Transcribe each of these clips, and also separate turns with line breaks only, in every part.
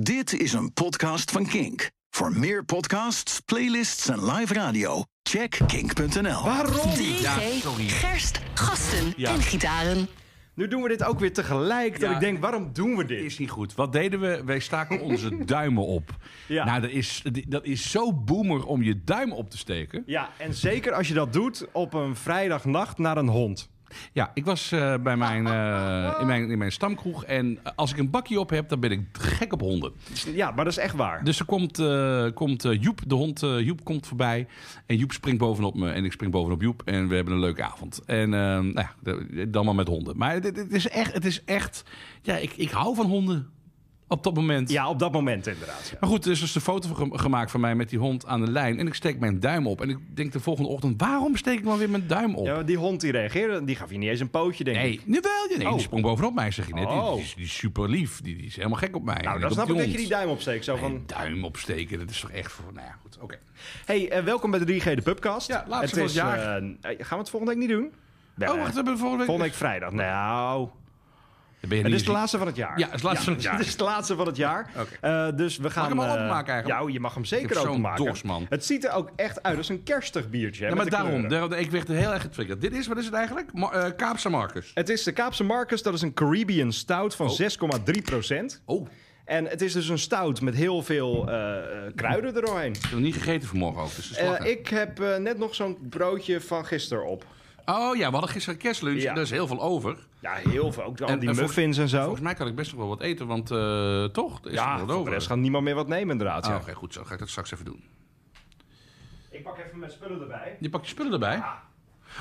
Dit is een podcast van Kink. Voor meer podcasts, playlists en live radio, check kink.nl.
Waarom?
3G, gerst, gasten
Ja.
en gitaren.
Nu doen we dit ook weer tegelijk.
Ja.
En ik denk, waarom doen we dit?
is niet goed. Wat deden we? Wij staken onze duimen op.
Ja.
Nou, dat is, dat is zo boomer om je duim op te steken.
Ja, en zeker als je dat doet op een vrijdagnacht naar een hond.
Ja, ik was eh, bij mijn, eh, in mijn, in mijn stamkroeg en eh, als ik een bakje op heb, dan ben ik gek op honden.
Ja, maar dat is echt waar.
Dus er komt, eh, komt eh, Joep, de hond eh, Joep komt voorbij. En Joep springt bovenop me en ik spring bovenop Joep. En we hebben een leuke avond. En eh, nou ja, d- dan maar met honden. Maar het, het is echt, het is echt ja, ik, ik hou van honden op dat moment.
Ja, op dat moment inderdaad. ja.
Maar goed, dus er is een foto ge- gemaakt van mij met die hond aan de lijn. En ik steek mijn duim op. En ik denk de volgende ochtend, waarom steek ik dan weer mijn duim op?
Ja, die hond die reageerde, die gaf je niet eens een pootje, denk ik.
Nee, jawel. ja, Nee,
Oh.
Die sprong bovenop mij, zeg je net. Die-
Oh.
Die, is- die is super lief. Die, die is helemaal gek op mij.
Nou,
En
dan
op
snap
die
ik dat je
hond.
die duim opsteekt. Zo
Nee,
van,
duim opsteken, dat is toch echt voor... Nou ja, goed, oké.
hey, eh, welkom bij de 3G de Pubcast.
Ja, laatste van
het
het
is,
jaar.
eh, eh, gaan we het volgende week niet doen? Nee,
Oh, wacht, we hebben volgende week...
Volgende week vrijdag. Nou,
Dan ben je
het
niet
is de laatste van het jaar.
Ja, het is de laatste van het jaar.
Het is de laatste van het jaar.
Oké.
Eh, dus we gaan...
hem al
eh,
openmaken eigenlijk?
Ja, je mag hem
Ik heb
zeker
zo'n
openmaken.
dorst, man.
Het ziet er ook echt uit als een kerstig biertje. hè,
Ja,
met
maar
de
daarom,
kleuren.
daarom, ik werd heel erg getriggerd. Dit is, wat is het eigenlijk? Ma eh, Kaapse Marcus.
Het is de Kaapse Marcus, dat is een Caribbean stout van
Oh.
6,3 procent.
Oh, ik
En het is dus een stout met heel veel eh, eh, kruiden erdoorheen.
heb nog niet gegeten vanmorgen ook, dus dat is
Eh,
lachen.
ik heb eh, net nog zo'n broodje van gisteren op.
Oh ja, we hadden gisteren kerstlunch,
Ja. Oh.
en daar is heel veel over.
Ja, heel veel. Ook al
En-
die
en volgens-
muffins en zo.
Volgens mij kan ik best nog wel wat eten, want eh, toch, er is nog
Ja,
wat
voor
over.
de rest gaat niemand meer wat nemen inderdaad.
Ah,
ja.
Oké, goed zo. Ga ik dat straks even doen.
Ik pak even mijn spullen erbij.
Je pakt je spullen erbij.
Ah.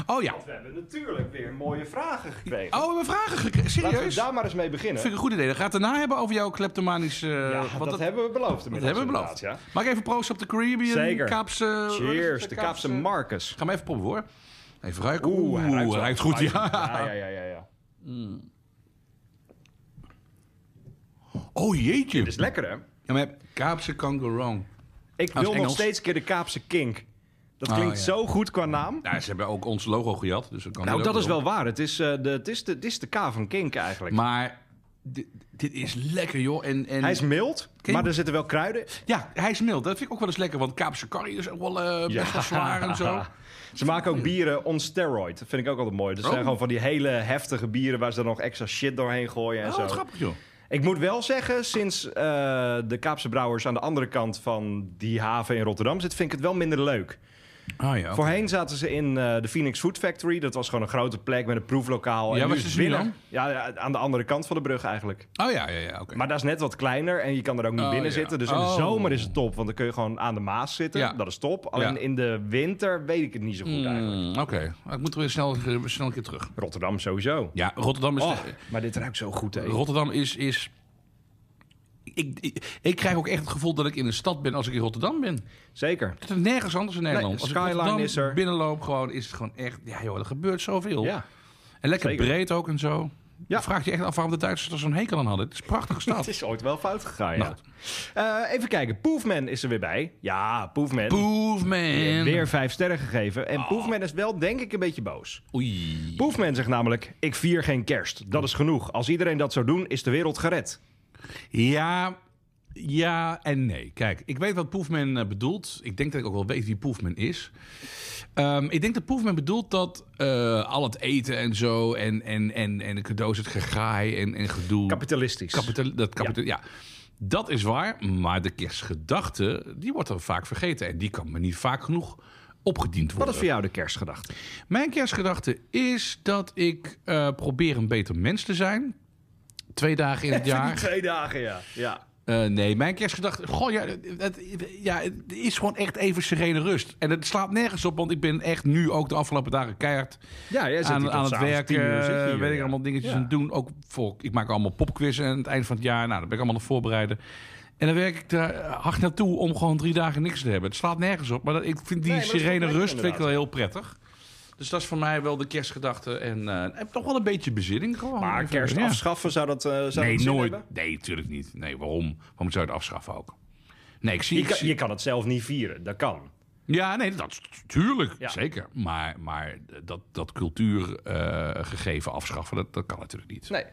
Oh ja.
Want we hebben natuurlijk weer mooie vragen gekregen.
Oh, we hebben vragen gekregen.
Laten we
Serieus? Dat
daar maar eens mee beginnen.
vind ik een goed idee. Dan gaat het daarna hebben over jouw kleptomanische... eh,
Ja,
want
dat, hebben we beloofd.
dat
inmiddels
hebben we beloofd.
inderdaad,
Maak even proost op de Caribbean.
Zeker.
Kaapse... wat
Ja.
is het?
Cheers, de Kaapse Marcus.
Ga maar even proppen hoor. Even ruiken.
Oeh,
Oeh,
hij ruikt wel.
goed. Ja.
Ja, ja, ja, ja. ja.
Oh jeetje.
Dit is lekker, hè?
Ja, maar Kaapse kangaroo.
Ik
Als
wil nog
Engels.
steeds een keer de Kaapse Kink. Dat
Ah,
klinkt
ja.
zo goed qua naam.
Ja, Nou, ze hebben ook ons logo gejat. Dus dat kan
Nou,
er
dat
ook
is
wel.
wel waar. Het is, eh, de, het is, de, het is de K van Kink eigenlijk.
Maar dit, dit is lekker joh. En, en...
hij is mild,
Kink-
maar er zitten wel kruiden.
Ja, hij is mild. Dat vind ik ook wel eens lekker. Want Kaapse curry is ook wel eh, best wel zwaar en zo.
Ze maken ook bieren on steroid. Dat vind ik ook altijd mooi. Dat zijn
Oh.
gewoon van die hele heftige bieren waar ze dan nog extra shit doorheen gooien en
Oh,
zo.
wat grappig joh.
Ik moet wel zeggen, sinds eh, de Kaapse Brouwers aan de andere kant van die haven in Rotterdam zit, vind ik het wel minder leuk. Oh,
Ah ja.
Voorheen zaten ze in eh, de Phoenix Food Factory. Dat was gewoon een grote plek met een proeflokaal.
Ja,
en nu
waar
is
zitten
het
ze nu
binnen. Ja, ja, aan de andere kant van de brug eigenlijk.
Oh ja, ja, ja, oké.
Maar dat is net wat kleiner en je kan er ook niet
Oh,
binnen
ja.
zitten. Dus in de
Oh.
zomer is het top, want dan kun je gewoon aan de Maas zitten.
Ja.
Dat is top. Alleen
Ja.
in de winter weet ik het niet zo goed eigenlijk.
Hmm, Oké, ik moet weer snel, eh, snel een keer terug.
Rotterdam sowieso.
Ja, Rotterdam is...
Oh, maar dit ruikt zo goed, hè?
Rotterdam is... is ik, ik, ik krijg ook echt het gevoel dat ik in een stad ben als ik in Rotterdam ben.
Zeker.
Dat is nergens anders in Nederland. als ik
skyline
Rotterdam
is er.
binnenloop gewoon, is het gewoon echt... Ja joh, er gebeurt zoveel.
Ja.
en lekker
zeker.
breed ook en zo.
Ja.
Ja. Vraag je echt af waarom de Duitsers er zo'n hekel aan hadden. Het is een prachtige stad.
Het is ooit wel fout gegaan, ja.
Nou.
Eh, even kijken. Poefman is er weer bij. Ja, Poefman.
Boef, man.
Weer vijf sterren gegeven. En Poefman is wel, denk ik, een beetje boos.
Oei.
Poefman zegt namelijk: Ik vier geen kerst. Dat is genoeg. Als iedereen dat zou doen, is de wereld gered.
Ja, ja en nee. Kijk, ik weet wat Poefman eh, bedoelt. Ik denk dat ik ook wel weet wie Poefman is. Ehm, ik denk dat Poefman bedoelt dat eh, al het eten en zo... en, en, en, en de cadeaus, het gegaai en, en gedoe...
Kapitalistisch.
Kapitali- dat kapitali- ja. Dat is waar, maar de kerstgedachte... die wordt dan vaak vergeten. En die kan me niet vaak genoeg opgediend worden.
Wat is voor jou de kerstgedachte?
Mijn kerstgedachte is dat ik eh, probeer een beter mens te zijn... Twee dagen in het jaar.
Twee dagen, ja. ja.
Eh, nee, mijn kerstgedachte. Goh, ja, het, ja, het is gewoon echt even serene rust. En het slaat nergens op, want ik ben echt nu ook de afgelopen dagen keihard
Ja, jij zit hier
aan,
tot
aan het
s'avonds
werk.
10 uur, zit je
eh,
hier,
weet ik
ja.
allemaal dingetjes
Ja.
aan het doen. Ook voor, ik maak allemaal popquizzen aan het eind van het jaar. Nou, dat ben ik allemaal aan het voorbereiden. En dan werk ik daar hard naartoe om gewoon drie dagen niks te hebben. Het slaat nergens op. Maar dat, ik vind
Nee,
die
maar dat is wel
serene
lekker,
rust vind ik wel
inderdaad.
heel prettig. Dus dat is voor mij wel de kerstgedachte. En eh, ik heb toch wel een beetje bezinning gewoon.
Maar
Even,
kerst
ja.
afschaffen zou dat, eh, zou
Nee,
dat zin
nooit.
hebben?
Nee, tuurlijk niet. Nee, waarom? Waarom zou je het afschaffen ook? Nee, ik zie...
Je
ik
kan,
zie-
je kan het zelf niet vieren, dat kan.
Ja, nee, dat natuurlijk.
Ja.
Zeker. Maar, maar dat, dat cultuurgegeven eh, afschaffen, dat, dat kan natuurlijk niet.
Nee.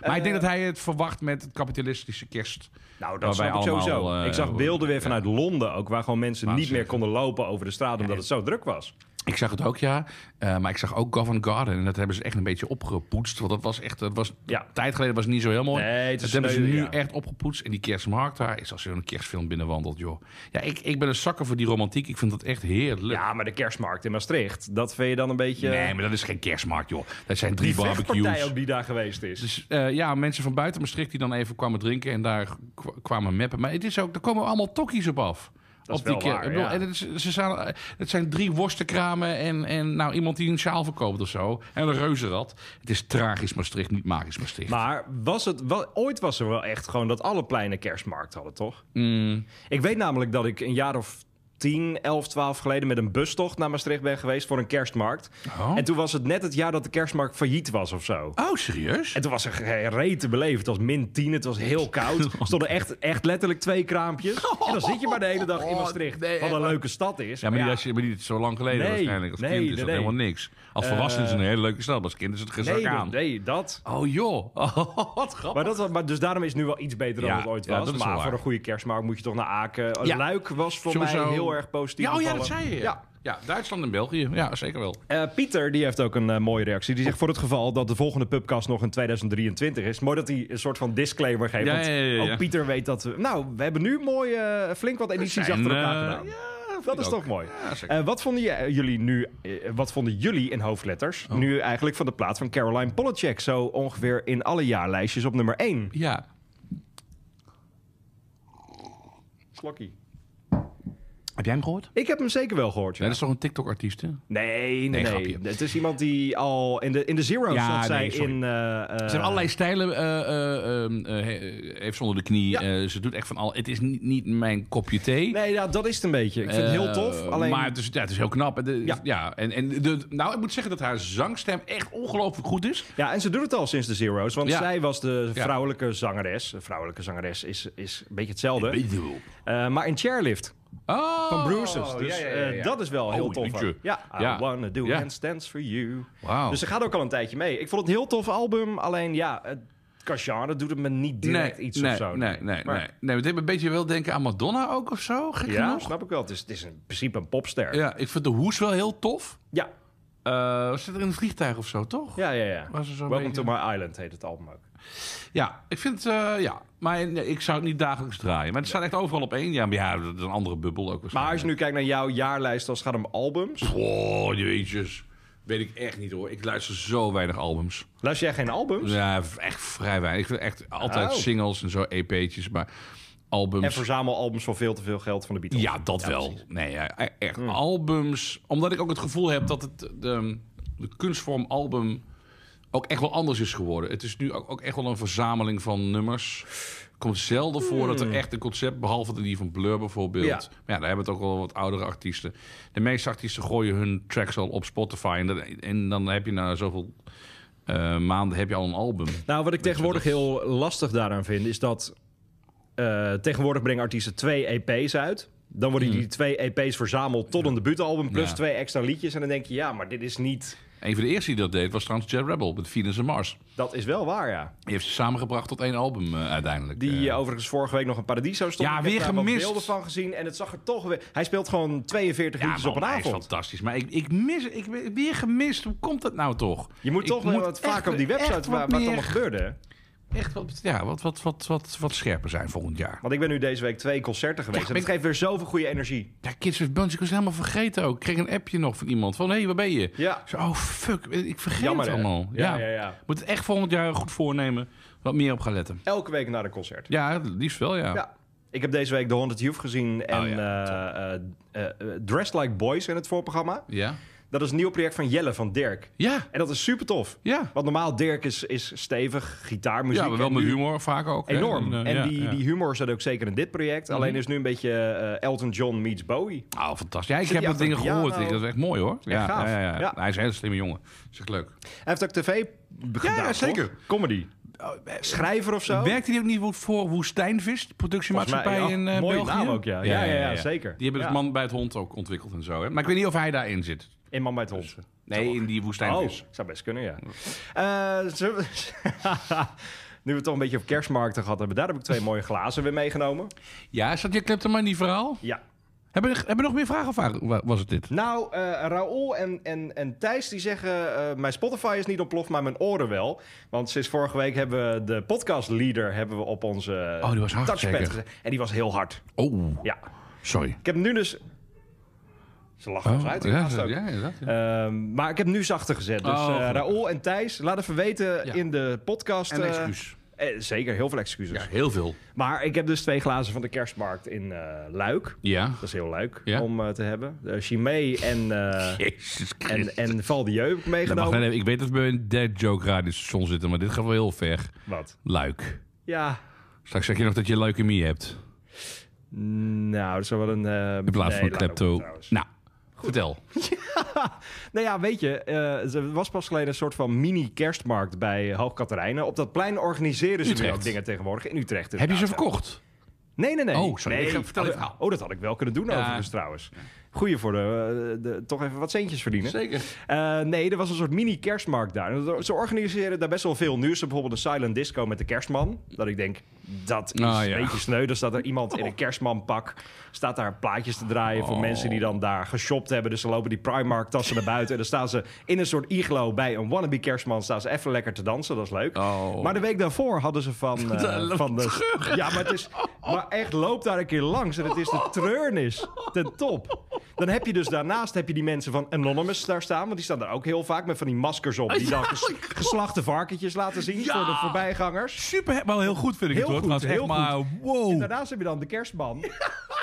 eh,
Maar ik denk dat hij het verwacht met het kapitalistische kerst.
Nou,
Waar
dat snap
wij
ik sowieso.
allemaal, eh,
ik zag beelden weer vanuit Londen ook, waar gewoon mensen niet
Waanzinnig.
meer konden lopen over de straat omdat het zo druk was.
Ik zag het ook, ja. Eh, maar ik zag ook Govern Garden. En dat hebben ze echt een beetje opgepoetst. Want dat was echt... Dat was,
Ja.
een tijd geleden was het niet zo heel mooi.
Nee, het is
dat hebben ze
sneu,
nu
ja.
echt opgepoetst. En die kerstmarkt daar is als je een kerstfilm binnenwandelt, joh. Ja, ik, ik ben een zakker voor die romantiek. Ik vind dat echt heerlijk.
Ja, maar de kerstmarkt in Maastricht, dat vind je dan een beetje...
Nee, maar dat is geen kerstmarkt, joh. Dat zijn drie
eh, die vechtpartij
barbecues.
ook die daar geweest is.
Dus eh, ja, mensen van buiten Maastricht die dan even kwamen drinken en daar k- kwamen meppen. Maar het is ook, daar komen allemaal tokkies op af.
Dat
op
is
die
wel
keer.
waar,
Ik bedoel,
ja.
en het, is- ze zijn, het zijn drie worstenkramen en, en nou, iemand die een sjaal verkoopt of zo. En een reuzenrad. Het is tragisch Maastricht, niet magisch Maastricht.
Maar was het wel, ooit was er wel echt gewoon dat alle pleinen kerstmarkt hadden, toch?
Mm.
Ik weet namelijk dat ik een jaar of 10, 11, 12 geleden met een bustocht naar Maastricht ben geweest voor een kerstmarkt.
Oh.
En toen was het net het jaar dat de kerstmarkt failliet was of zo.
oh, serieus?
En toen was er geen reet te beleven. Het was min 10, het was heel koud. Er stonden echt, echt letterlijk twee kraampjes. En dan zit je maar de hele dag in Maastricht.
nee,
Wat een
maar-
leuke stad is.
Ja, maar,
Maar
Niet, als je, maar niet zo lang geleden
Nee,
waarschijnlijk. Als
nee,
kind is
nee,
dat
nee. Eh.
helemaal niks. Als volwassene is het een hele leuke stad. Als kind is het gezak
nee,
aan.
dat- nee, dat...
Oh joh, wat grappig.
Maar, dat, was- maar dus daarom is het nu wel iets beter dan
Ja,
het ooit
ja,
was.
dat is wel
maar
waar.
voor een goede kerstmarkt moet je toch naar Aken.
Ja.
Luik was voor
Sowieso-
mij heel erg positief.
Ja, oh ja,
bevallen.
dat zei je.
Ja.
ja, Duitsland en België. Ja, zeker wel.
Eh, Pieter die heeft ook een eh, mooie reactie. Die zegt voor het geval dat de volgende pubcast nog in 2023 is. Mooi dat hij een soort van disclaimer geeft.
Ja,
want
ja, ja, ja, ja.
Ook Pieter weet dat we... Nou, we hebben nu mooi eh, flink wat edities
zijn,
achter elkaar
eh,
gedaan.
ja,
dat
ik
is
ook.
toch mooi.
Ja, zeker.
Eh, wat, vonden je- eh, jullie nu, eh, wat vonden jullie in hoofdletters
Oh.
nu eigenlijk van de plaat van Caroline Polachek? Zo ongeveer in alle jaarlijstjes op nummer 1.
Ja,
Slokkie.
Heb jij hem gehoord?
Ik heb hem zeker wel gehoord, ja.
dat is toch een TikTok-artiest, hè?
Nee, nee,
Nee,
nee.
grapje.
Het is iemand die al in de, in de Zero's
Ja,
zat zij
nee, sorry.
in... eh, eh,
Ze heeft allerlei stijlen, eh, eh, ehm, eh, he- eh, heeft ze onder de knie.
Ja.
Eh, ze doet echt van al. Het is niet, niet mijn kopje thee.
Nee, ja, dat is het een beetje. Ik vind het heel
Eh,
tof. Alleen...
Maar het is, ja, het is heel knap. En de-
Ja.
ja. en, en de, nou, ik moet zeggen dat haar zangstem echt ongelooflijk goed is.
Ja, en ze doet het al sinds de Zero's. Want
Ja.
zij was de
Ja.
vrouwelijke zangeres. Een vrouwelijke zangeres is, is een beetje hetzelfde. Eh, maar in chairlift
Oh,
van Bruises. Dus
ja, ja, ja, ja.
eh, dat is wel heel
Oh,
tof.
liedje.
Ja, I
Ja.
wanna do
Ja.
handstands for you.
Wauw.
Dus ze gaat ook al een tijdje mee. Ik vond het een heel tof album. Alleen ja, het Kasjan, dat doet het me niet direct iets
nee,
of zo.
Nee,
Maar-
nee, nee. nee. maar het deed me een beetje wel denken aan Madonna ook of zo. Gek
Ja,
genoeg.
snap ik wel. Het is, het is in principe een popster.
Ja, ik vind de hoes wel heel tof.
ja.
Eh, ze zit er in een vliegtuig of zo, toch?
Ja, ja, ja.
Was er zo'n
Welcome
beetje-
to my island heet het album ook.
Ja, ik vind, eh, ja. Maar nee, ik zou het niet dagelijks draaien. Maar het staat echt overal op één. Ja, maar ja, dat is een andere bubbel ook
Maar als
waarschijnlijk.
je nu kijkt naar jouw jaarlijst als het gaat om albums.
Oh, jeetjes. Weet ik echt niet hoor. Ik luister zo weinig albums.
Luister jij geen albums?
Ja, echt vrij weinig. Ik vind echt altijd
Oh.
singles en zo, EP'tjes. Maar albums...
En verzamel albums voor veel te veel geld van de Beatles.
Ja, dat wel. Nee, ja, e- echt albums. Omdat ik ook het gevoel heb dat het, de, de kunstvorm album ook echt wel anders is geworden. Het is nu ook, ook echt wel een verzameling van nummers. Het komt zelden voor dat er echt een concept, behalve die van Blur bijvoorbeeld.
Ja.
Maar ja, daar hebben het ook wel wat oudere artiesten. De meeste artiesten gooien hun tracks al op Spotify. En, dat- en dan heb je na zoveel eh, maanden heb je al een album.
Nou, wat ik tegenwoordig heel lastig daaraan vind, is dat eh, tegenwoordig brengen artiesten twee EP's uit. Dan worden die twee EP's verzameld tot een debuutalbum plus
Hmm. Ja.
twee extra liedjes. En dan denk je, ja, maar dit is niet...
Een van de eerste die dat deed was trouwens Jet Rebel met Venus en Mars.
Dat is wel waar, ja.
Die heeft ze samengebracht tot één album eh, uiteindelijk.
Die
Eh,
eh, overigens vorige week nog een Paradiso stond.
Ja,
Ik heb
weer
daar wat
gemist.
beelden van gezien en het zag er toch weer... Hij speelt gewoon 42 liedjes
man,
op een
hij is
avond.
fantastisch. Maar ik, ik mis, ik ben weer gemist. Hoe komt dat nou toch?
Je moet
Ik
toch wel wat
echt-
vaker op die
echt
website waar, waar
wat
het
meer-
allemaal gebeurde.
Echt wat, ja, wat, wat, wat, wat, wat scherper zijn volgend jaar.
Want ik ben nu deze week twee concerten geweest.
Ja,
en dat
ben
geeft weer zoveel goede energie.
Ja, Kids with Bunch, ik was helemaal vergeten ook. Ik kreeg een appje nog van iemand van, hé, hey, waar ben je?
Ja.
Ik zei, oh, fuck, ik vergeet
Jammer,
het
hè?
allemaal.
Ja, ja, ja.
Moet het echt volgend jaar goed voornemen. Wat meer op gaan letten.
Elke week naar een concert.
Ja, het liefst wel, ja.
Ja. Ik heb deze week de 100 Youth gezien en
Oh ja,
eh, eh, eh, eh, Dressed Like Boys in het voorprogramma.
Ja?
Dat is een nieuw project van Jelle van Dirk.
Ja,
En dat is super tof.
ja.
Want normaal Dirk is, is stevig, gitaarmuziek.
ja maar wel
en
met
nu
humor vaak ook. hè.
Enorm.
eh,
en
ja,
die,
ja. Mhm.
die humor zit ook zeker in dit project. Alleen is nu een beetje eh, Elton John meets Bowie.
Oh, fantastisch. Ja, ik
Zit die
heb wat
achter
dingen
een piano?
gehoord. Ik, dat is echt mooi, hoor. Ja,
gaaf.
Ja, ja, ja.
Ja.
Hij is een hele slimme jongen. Is echt leuk.
Hij heeft ook tv gedaan,
ja,
toch?
zeker. Oh, eh,
Comedy. Schrijver of zo?
Werkte die ook niet voor Woestijnvis, de productiemaatschappij
Oh. Volgens
in
mij,
eh
ja. Mooie
België?
naam ook, ja. Ja, ja, ja, zeker.
Die hebben het
Ja.
man bij het hond ook ontwikkeld en zo. Hè? Maar ik weet niet of hij daarin zit.
In Man bij het Hond.
Nee, in die
Oh,
Woestijnvis.
zou best kunnen, ja. Eh, zullen we- nu we het toch een beetje op kerstmarkten gehad hebben, daar heb ik twee mooie glazen weer meegenomen.
Ja, zat je kleptomaan in die verhaal?
Ja.
Hebben we, hebben we nog meer vragen of wa- was het dit?
Nou, eh Raoul en, en, en Thijs die zeggen... eh, mijn Spotify is niet ontploft, maar mijn oren wel. Want sinds vorige week hebben we de podcast leader hebben we op onze
Oh, die was hard,
touchpad
zeker.
gezet. En die was heel hard.
Oh,
Ja.
sorry.
Ik heb nu dus... Ze lachen ons uit. die
Oh, ja,
gast ook.
ja, ja, ja.
Ehm, maar ik heb nu zachter gezet. Dus
Oh,
eh,
gelukkig.
Raoul en Thijs, laat even weten
Ja.
in de podcast.
En
eh,
excuus.
eh, zeker, heel veel excuses.
Ja, heel veel.
Maar ik heb dus twee glazen van de kerstmarkt in eh, Luik.
Ja.
Dat is heel leuk
Ja.
om eh, te hebben. Eh Chimay en, eh
Jezus
en, en Valdieu heb ik
Nou, wacht
meegenomen.
even. Ik weet dat we bij een dead joke radiostation zitten, maar dit gaat wel heel ver.
Wat?
Luik.
Ja.
Straks zeg je nog dat je leukemie hebt.
Nou, dat is wel een... eh,
In plaats
nee,
van
laat
klepto.
ook trouwens.
Nou, vertel.
Nou ja, weet je, eh, er was pas geleden een soort van mini-kerstmarkt bij eh, Hoog Katerijnen. Op dat plein organiseren ze nu
Utrecht.
ook dingen tegenwoordig in Utrecht.
Heb je ze
inderdaad, ja.
verkocht?
Nee, nee, nee.
Oh, sorry.
Nee.
Ik ga- vertel je
Oh,
verhaal.
Oh, dat had ik wel kunnen doen
Ja.
overigens trouwens. Goeie voor de, eh, de- toch even wat centjes verdienen.
Zeker.
Eh, nee, er was een soort mini-kerstmarkt daar. Ze organiseren daar best wel veel. Nu is er bijvoorbeeld een silent disco met de kerstman. Dat ik denk, dat is
Ah, ja.
een beetje sneu. Dan staat er iemand in een kerstmanpak. Staat daar plaatjes te draaien
Oh.
voor mensen die dan daar geshopt hebben. Dus ze lopen die Primark-tassen naar buiten. En dan staan ze in een soort iglo bij een wannabe kerstman. Staan ze even lekker te dansen. Dat is leuk.
Oh.
Maar de week daarvoor hadden ze van... eh,
Dat loopt
van de, ja, maar het is... Maar echt, loop daar een keer langs. En het is de treurnis ten top. Dan heb je dus daarnaast heb je die mensen van Anonymous daar staan. Want die staan daar ook heel vaak met van die maskers
Oh,
op. Die dan ges- geslachte varkentjes laten zien voor de voorbijgangers.
Super, wel heel goed vind ik
Heel
het hoor.
goed,
Het was echt
heel
maar,
En
wow.
daarnaast heb je dan de kerstman.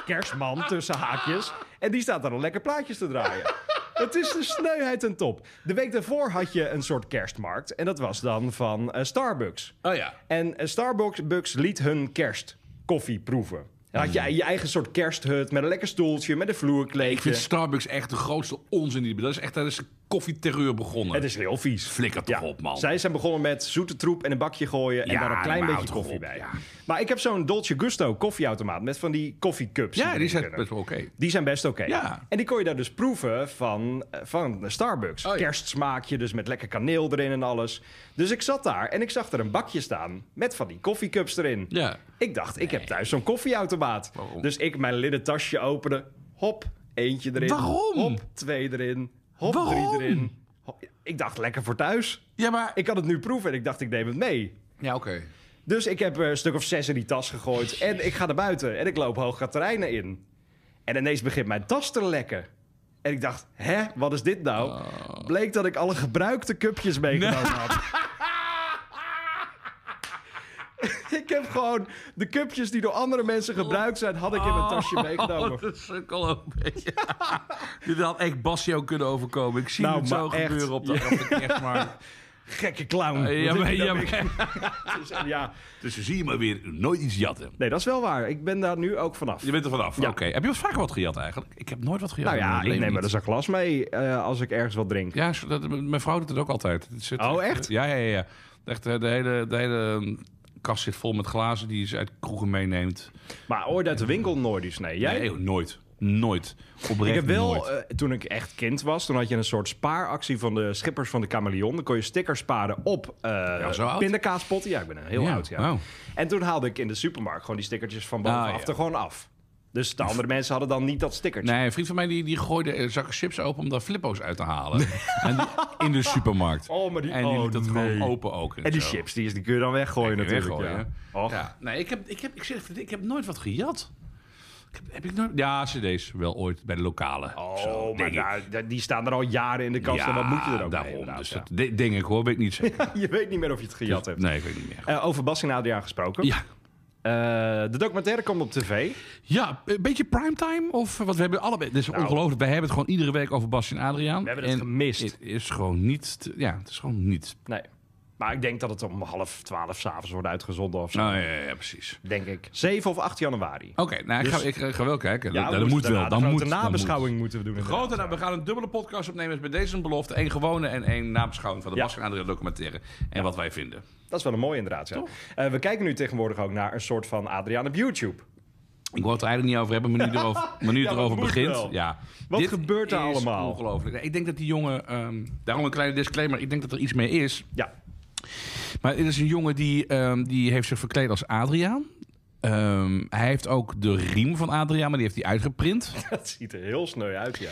Kerstman tussen haakjes. En die staat daar al lekker plaatjes te draaien. Het is de sneuheid ten top. De week daarvoor had je een soort kerstmarkt. En dat was dan van eh, Starbucks.
Oh ja.
En eh, Starbucks liet hun kerstkoffie proeven. Dan had je je eigen soort kersthut met een lekker stoeltje, met een
Ik vind
vloerkleedje.
Starbucks echt de grootste onzin die Dat is echt, daar is de koffieterreur begonnen.
Het is heel vies.
Flikker toch
Ja.
op, man.
Zij zijn begonnen met zoete troep in een bakje gooien en
Ja,
daar een klein
maar
beetje
houd toch
koffie
op,
bij.
ja.
Maar ik heb zo'n Dolce Gusto koffieautomaat met van die koffiecups.
Ja, die
erin
zijn
kunnen.
best wel oké.
Die zijn best oké.
Ja.
En die kon je daar dus proeven van, eh, van Starbucks.
Oh ja.
Kerstsmaakje, dus met lekker kaneel erin en alles. Dus ik zat daar en ik zag er een bakje staan met van die koffiecups erin.
Ja.
Ik dacht, ik heb thuis zo'n koffieautomaat.
Waarom?
Dus ik mijn linnen tasje openen. Hop, eentje erin.
Waarom?
Hop, twee erin. Hop,
Waarom?
drie erin. Hop- Ik dacht, lekker voor thuis.
Ja, maar...
Ik had het nu proeven en ik dacht, ik neem het mee.
Ja, oké.
Dus ik heb er een stuk of zes in die tas gegooid. En ik ga naar buiten en ik loop hoog terreinen in. En ineens begint mijn tas te lekken. En ik dacht, hè, wat is dit nou?
Oh.
Bleek dat ik alle gebruikte cupjes meegenomen had. ik heb gewoon de cupjes die door andere mensen gebruikt zijn, had ik in mijn tasje
Oh.
meegenomen.
Wat een sukkel ook een beetje. Dit had echt Basio kunnen overkomen. Ik zie
Nou,
het zo
maar echt.
gebeuren op de, op de kerstmarkt.
Gekke clown.
Ja,
Wat
maar,
heb je
ja,
nou
maar-
weer- ja.
Dus zie je maar weer nooit iets jatten.
Nee, dat is wel waar. Ik ben daar nu ook vanaf.
Je bent er vanaf.
Ja.
Oké. Heb je wel vaker wat gejat eigenlijk? Ik heb nooit wat gejat.
Nou
in
ja,
mijn
ik
leven
neem wel
niet.
eens een glas mee eh, als ik ergens wat drink.
Ja, zo- dat, mijn vrouw doet het ook altijd. Het zit
Oh, echt?
Ja, ja, ja. ja. Echt, eh, de, hele, de hele mm, kast zit vol met glazen die ze uit kroegen meeneemt.
Maar ooit uit de winkel nooit iets. Nee, jij?
Nee, joh, nooit. Nooit. Oprecht
Ik heb
nooit.
wel, eh, toen ik echt kind was, toen had je een soort spaaractie van de schippers van de Chameleon. Dan kon je stickers sparen op eh
zo oud?
pindakaaspotten. Ja, ik ben heel
Ja,
oud, ja.
wauw.
En toen haalde ik in de supermarkt gewoon die stickertjes van bovenaf
Ah, ja.
er gewoon af. Dus de andere mensen hadden dan niet dat stickertje.
Nee, een vriend van mij die, die gooide eh, zakken chips open om daar flippo's uit te halen. en die- in de supermarkt.
Oh, maar die-
en die
oh,
liet dat
nee.
gewoon open ook.
En die
zo.
chips, die, is, die kun je dan weggooien
Kun je
natuurlijk.
weggooien.
Ja. Och.
Ja. Oh, Nee, ik heb, ik, heb, ik, zeg, even, ik heb nooit wat gejat. Ik heb, heb ik nooit... Ja, cd's wel ooit bij de lokale.
Oh,
Zo,
maar
denk ik.
daar- daar- die staan er al jaren in de kast en
Ja,
dan moet je er ook mee,
daarom.
inderdaad,
dus
ja.
dat de- denk ik hoor, weet ik niet zeker.
Je weet niet meer of je het gejat hebt.
nee, ik weet niet meer.
Eh, over Bas en Adriaan gesproken.
Ja.
Eh, de documentaire komt op tv.
ja, een beetje primetime? Of wat we hebben allebei. Dit is ongelooflijk. Wij hebben het gewoon iedere week over Bas en Adriaan.
We hebben het
En
gemist.
Het is gewoon niet. te- ja, het is gewoon niet.
Nee. Maar ik denk dat het om half twaalf s'avonds wordt uitgezonden of zo.
Nou, ja, ja, ja, precies.
Denk ik. 7 of 8 januari.
Oké, nou, ik, ga, ik, eh, ga wel kijken.
Ja,
dat,
we
dat
moesten
moet
daarna
wel. Dan
de
moet,
grote
dan moet.
nabeschouwing moeten we doen. inderdaad.
Grote, nou, we gaan een dubbele podcast opnemen. Dus bij deze een belofte. één gewone en één nabeschouwing van de
Ja.
Masker en andere documentaire. En wat wij vinden.
Dat is wel een mooie inderdaad. ja. Eh, we kijken nu tegenwoordig ook naar een soort van Adriaan op YouTube.
Ik wou het er eigenlijk niet over hebben, maar nu erover, maar nu het
Ja,
erover
dat moet
begint.
wel.
Ja.
Wat gebeurt er
is
allemaal?
Ongelooflijk. Ik denk dat die jongen. ehm, daarom een kleine disclaimer. Ik denk dat er iets mee is.
Ja,
Maar dit is een jongen die, ehm, die heeft zich verkleed als Adriaan. Ehm, hij heeft ook de riem van Adriaan, maar die heeft hij uitgeprint.
dat ziet er heel sneu uit, ja.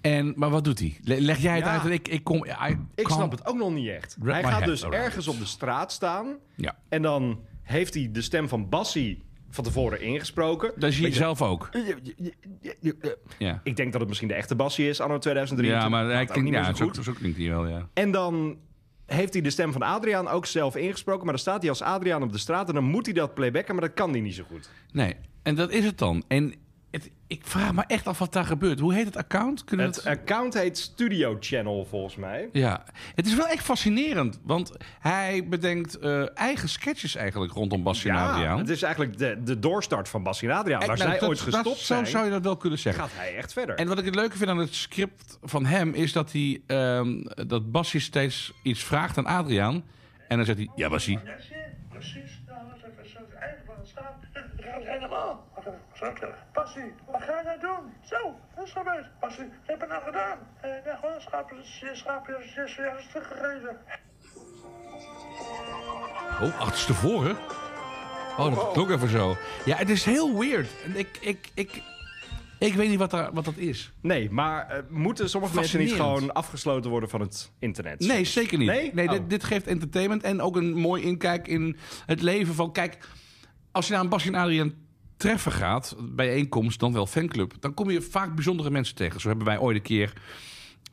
En, maar wat doet hij? Le- Leg jij het
Ja.
uit en ik, ik kom... I
Ik
can't-
snap het ook nog niet echt.
Wrap
Hij
my
gaat
head
dus
around
ergens
it.
op de straat staan.
Ja.
En dan heeft hij de stem van Bassie van tevoren ingesproken.
Dat zie je zelf ook.
Eh.
Ja,
Ik denk dat het misschien de echte Bassie is, anno 2003.
ja maar
Dat
hij
ook
klinkt,
niet meer
ja,
zo
zo,
goed.
zo klinkt hij wel, ja.
En dan heeft hij de stem van Adriaan ook zelf ingesproken. Maar dan staat hij als Adriaan op de straat en dan moet hij dat playbacken. Maar dat kan hij niet zo goed.
Nee, en dat is het dan. En het, ik vraag me echt af wat daar gebeurt. Hoe heet het account? Kunnen we
Het account heet Studio Channel volgens mij.
Ja, het is wel echt fascinerend. Want hij bedenkt eh, eigen sketches eigenlijk rondom Bas en Adriaan.
het is eigenlijk de, de doorstart van Bassie en Adriaan.
En
Waar
nou,
zij
dat-
Nou, ooit
dat-
gestopt zijn,
Zo zou je dat wel kunnen zeggen.
gaat hij echt verder.
En wat ik het leuke vind aan het script van hem... is dat, hij, ehm dat Basje steeds iets vraagt aan Adriaan. En dan zegt hij, ja Basje.
Precies, nou, dat is zo het einde van het staan. Dat gaat helemaal. Passie, wat ga je nou doen? Zo, dat is gebeurd. Passie, wat heb je nou gedaan? Eh, nee, gewoon een schaapje, een schaapje, een schaapje teruggegeven.
Oh, achterstevoren? Oh, dat klonk even zo. Ja, het is heel weird. En ik, ik, ik, ik weet niet wat, daar, wat dat is.
Nee, maar eh, moeten sommige mensen niet
Fascinerend.
gewoon afgesloten worden van het internet?
Nee, zeker niet.
Nee? Oh.
dit, dit geeft entertainment en ook een mooi inkijk in het leven van... Kijk, als je naar een Basje en Adriaan treffen gaat, bijeenkomst, dan wel fanclub... dan kom je vaak bijzondere mensen tegen. Zo hebben wij ooit een keer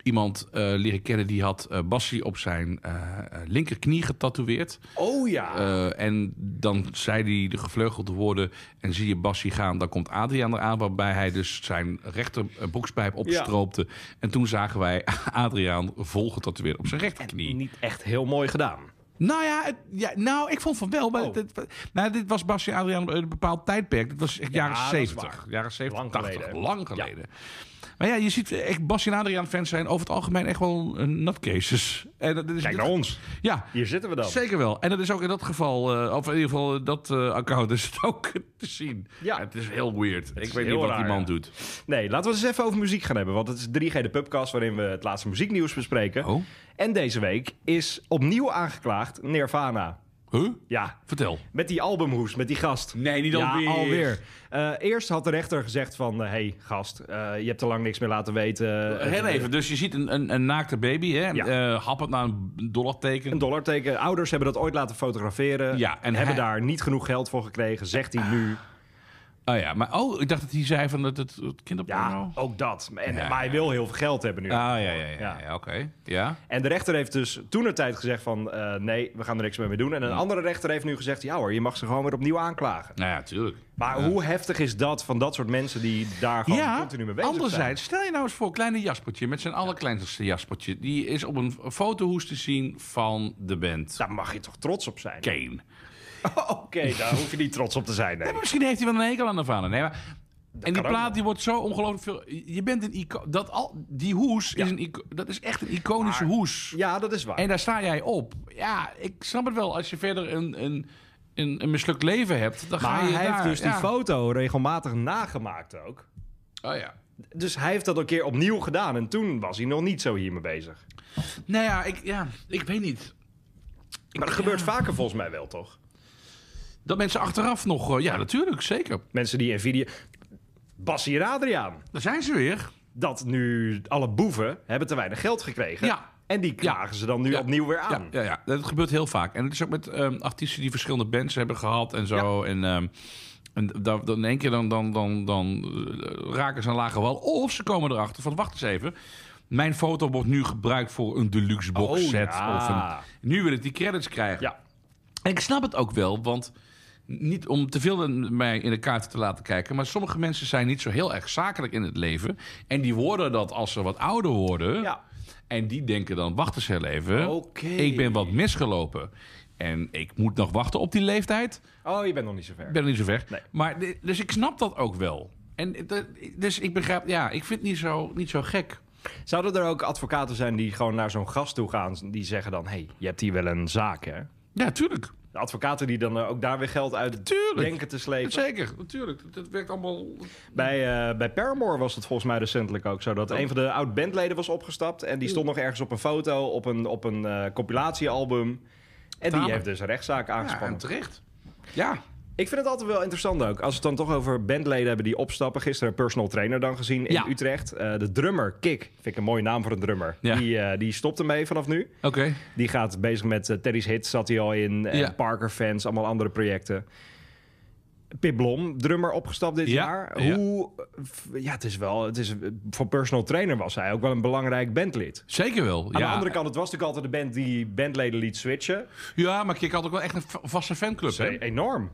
iemand eh, leren kennen... die had eh Bassie op zijn eh, eh, linkerknie getatoeëerd.
Oh ja.
Eh, en dan zei hij de gevleugelde woorden... en zie je Bassie gaan, dan komt Adriaan eraan... waarbij hij dus zijn rechter eh, broekspijp opstroopte. En toen zagen wij Adriaan vol getatoeëerd op zijn rechterknie.
Niet echt heel mooi gedaan.
Nou ja, het- ja, nou, ik vond van wel. Maar
Oh.
dit, nou, dit was Basje en Adriaan een bepaald tijdperk. Dat was echt
dat
jaren
is
70.
waar.
Jaren 70,
Lang
80.
geleden.
Lang geleden. Maar ja, je ziet eh, echt Basje en Adriaan fans zijn over het algemeen echt wel eh, nutcases. En dat is
Kijk
dit-
naar ons.
Ja.
Hier zitten we dan.
Zeker wel. En dat is ook in dat geval, eh, of in ieder geval eh, dat eh, account is het ook te zien.
Ja.
Het is heel weird. ik weet
heel
niet wat die
raar,
man
ja.
doet.
Nee, laten we het eens even over muziek gaan hebben. Want het is 3G de Pubcast waarin we het laatste muzieknieuws bespreken.
Oh.
En deze week is opnieuw aangeklaagd Nirvana.
Huh?
Ja,
Vertel.
met die albumhoes, met die gast.
Nee, niet
ja,
alweer.
alweer. Eh, eerst had de rechter gezegd van... Hé, hey, gast, eh, je hebt te lang niks meer laten weten.
Heel even, dus je ziet een, een, een naakte baby, hè?
Ja.
Eh, happend naar een dollarteken.
Een dollarteken. Ouders hebben dat ooit laten fotograferen.
Ja, en
hebben
hij- daar
daar niet genoeg geld voor gekregen, zegt hij nu.
Oh ja, maar oh, ik dacht dat hij zei van dat het, het
Ja,
kinderporno.
ook dat. En,
nou. Ja,
maar hij wil heel veel geld hebben nu.
Ah, ja, ja, ja, ja,
Ja.
oké. Ja.
En de rechter heeft dus toen de tijd gezegd van... eh, nee, we gaan er niks meer mee doen. En een andere rechter heeft nu gezegd... ja hoor, je mag ze gewoon weer opnieuw aanklagen.
Nou ja, tuurlijk.
Maar hoe heftig is dat van dat soort mensen... die daar gewoon
Ja,
continu mee bezig zijn?
anderzijds, stel je nou eens voor, kleine Jaspertje, met zijn allerkleinste Jaspertje, die is op een fotohoes te zien van de band
Daar mag je toch trots op zijn?
Kane.
Oké, daar hoef je niet trots op te zijn. Nee.
Misschien heeft hij wel een hekel aan de vader. Nee, maar... En die
kan ook
plaat
nog.
die wordt zo ongelooflijk veel. Je bent een ico- dat al die hoes is een ico- dat is echt een iconische hoes.
Ja, dat is waar.
En daar sta jij op. Ja, ik snap het wel. Als je verder een, een, een, een mislukt leven hebt, dan ga
Maar
je
hij heeft
daar-
dus
ja.
die foto regelmatig nagemaakt ook.
Oh ja.
Dus hij heeft dat een keer opnieuw gedaan. En toen was hij nog niet zo hiermee bezig.
Nou ja, ik, ja, ik weet niet.
Maar dat gebeurt vaker volgens mij wel, toch?
Dat mensen achteraf nog... eh, ja, natuurlijk, zeker.
Mensen die in video... Bassie en Adriaan.
Daar zijn ze weer.
Dat nu alle boeven hebben te weinig geld gekregen.
Ja.
En die klagen ze dan nu
Ja.
opnieuw weer
Ja,
aan.
ja, ja, dat gebeurt heel vaak. En het is ook met ehm, artiesten die verschillende bands hebben gehad en zo. En, ehm, en dan, dan in één keer dan, dan, dan, dan eh, raken ze een lage wal. Of ze komen erachter van, wacht eens even... Mijn foto wordt nu gebruikt voor een deluxe box
Oh,
set.
ja.
Of een, nu wil ik die credits krijgen.
Ja.
En ik snap het ook wel, want niet om te veel in- mij in de kaarten te laten kijken, maar sommige mensen zijn niet zo heel erg zakelijk in het leven. En die worden dat als ze wat ouder worden.
Ja.
En die denken dan, wacht eens heel even.
Oké.
Ik ben wat misgelopen. En ik moet nog wachten op die leeftijd.
Oh, je bent nog niet zo ver.
Ik ben nog niet zo ver.
Nee.
Maar, de- dus ik snap dat ook wel. En dat- dus ik begrijp, ja, ik vind het niet zo, niet zo gek.
Zouden er ook advocaten zijn die gewoon naar zo'n gast toe gaan... die zeggen dan, hé, hey, je hebt hier wel een zaak, hè?
Ja, tuurlijk.
De advocaten die dan eh, ook daar weer geld uit
Tuurlijk.
denken te slepen.
Zeker, natuurlijk. Dat- Dat werkt allemaal.
Bij, eh bij Paramore was het volgens mij recentelijk ook zo.
Oh.
Dat een van de oud-bandleden was opgestapt. En die stond nog ergens op een foto, op een, op een eh, compilatiealbum. En die
Tamer.
heeft dus een rechtszaak
Ja,
aangespannen.
en terecht. Ja,
ik vind het altijd wel interessant ook. Als we het dan toch over bandleden hebben die opstappen. Gisteren een personal trainer dan gezien in
Ja.
Utrecht. Eh, de drummer, Kik. Vind ik een mooie naam voor een drummer.
Ja.
Die, eh, die stopt ermee vanaf nu.
oké.
Die gaat bezig met eh, Teddy's Hits, zat hij al in. En
Ja.
Parker Fans, allemaal andere projecten. Pip Blom, drummer opgestapt dit
Ja,
jaar.
ja.
Hoe, eh, ja, het is wel, het is, voor personal trainer was hij ook wel een belangrijk bandlid.
Zeker wel.
Aan
ja.
de andere kant, het was natuurlijk altijd de band die bandleden liet switchen.
ja, maar Kik had ook wel echt een va- vaste fanclub. Hè?
Enorm.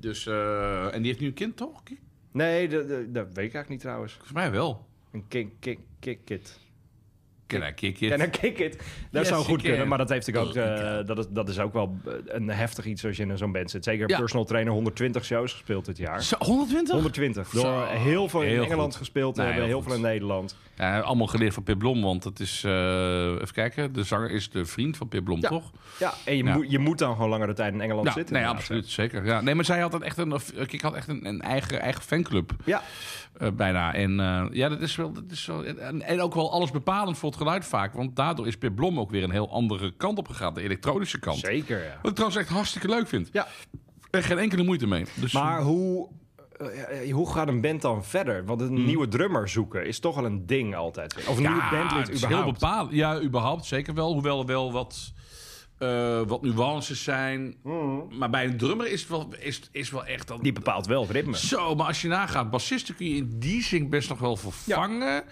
Dus, eh, en die heeft nu een kind, toch? Kik?
Nee, dat, dat- dat weet ik eigenlijk niet trouwens.
Volgens mij wel.
Een kick, kick, kick it.
Ken hij Kik? Kik.
En een kick it. Dat
Yes,
zou goed
ik,
kunnen,
eh,
maar dat, heeft natuurlijk ook, eh, dat, is, dat is ook wel eh, een heftig iets als je in zo'n band zit. Zeker
Ja.
personal trainer, 120 shows gespeeld dit jaar.
Zo, 120?
120. Door
Zo,
heel veel in
heel
Engeland
goed.
gespeeld te
Nee,
hebben,
heel
heel
goed.
veel in Nederland.
Ja, allemaal geleerd van Pip Blom, want het is... eh, even kijken, de zanger is de vriend van Pip Blom, toch?
Ja, en je,
Ja.
Moet, je moet dan gewoon langere tijd in Engeland
Ja,
zitten.
nee,
inderdaad.
absoluut, zeker. Ja, nee, maar zij had dan echt een, of, eh, Kik had echt een, een eigen, eigen fanclub
Ja,
eh, bijna. En eh, ja, dat is wel... Dat is wel en, en ook wel alles bepalend voor het geluid vaak. Want daardoor is Pip Blom ook weer een heel andere kant op gegaan. De elektronische kant.
zeker. Ja.
Wat ik trouwens echt hartstikke leuk vind.
Ja.
Er geen enkele moeite mee. Dus,
Maar hoe, eh, eh, hoe gaat een band dan verder? Want een
Hmm.
nieuwe drummer zoeken is toch wel een ding altijd. Of een nieuwe
het
bandlid
is heel
überhaupt.
bepaald. Ja, überhaupt zeker wel. Hoewel er wel wat, eh, wat nuances zijn. Maar bij een drummer is het wel, is, is wel echt... Dat,
Hmm. Die bepaalt wel het ritme.
Zo, maar als je nagaat, bassisten kun je in die zin best nog wel vervangen.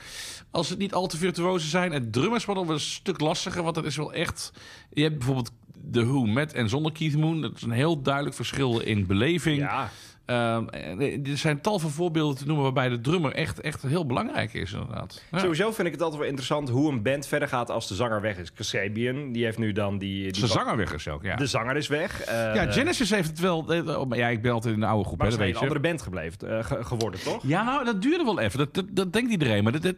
Als het niet al te virtuoze zijn. En drummers worden wel een stuk lastiger, want dat is wel echt... Je hebt bijvoorbeeld The Who met en zonder Keith Moon. Dat is een heel duidelijk verschil in beleving.
Ja.
Ehm, en er zijn tal van voorbeelden te noemen waarbij de drummer echt, echt heel belangrijk is, inderdaad. Ja.
Sowieso vind ik het altijd wel interessant hoe een band verder gaat als de zanger weg is. Kasabian, die heeft nu dan die... die
Zijn zanger weg is ook, ja.
De zanger is weg. Dus, eh,
ja, Genesis heeft het wel... eh, oh, maar ja, ik ben altijd in de oude groep,
maar
hè,
ze
dat
zijn
weet
een
je.
andere band gebleven, eh, ge- geworden, toch?
Ja, nou, dat duurde wel even. Dat, dat, dat denkt iedereen. Maar dat, dat-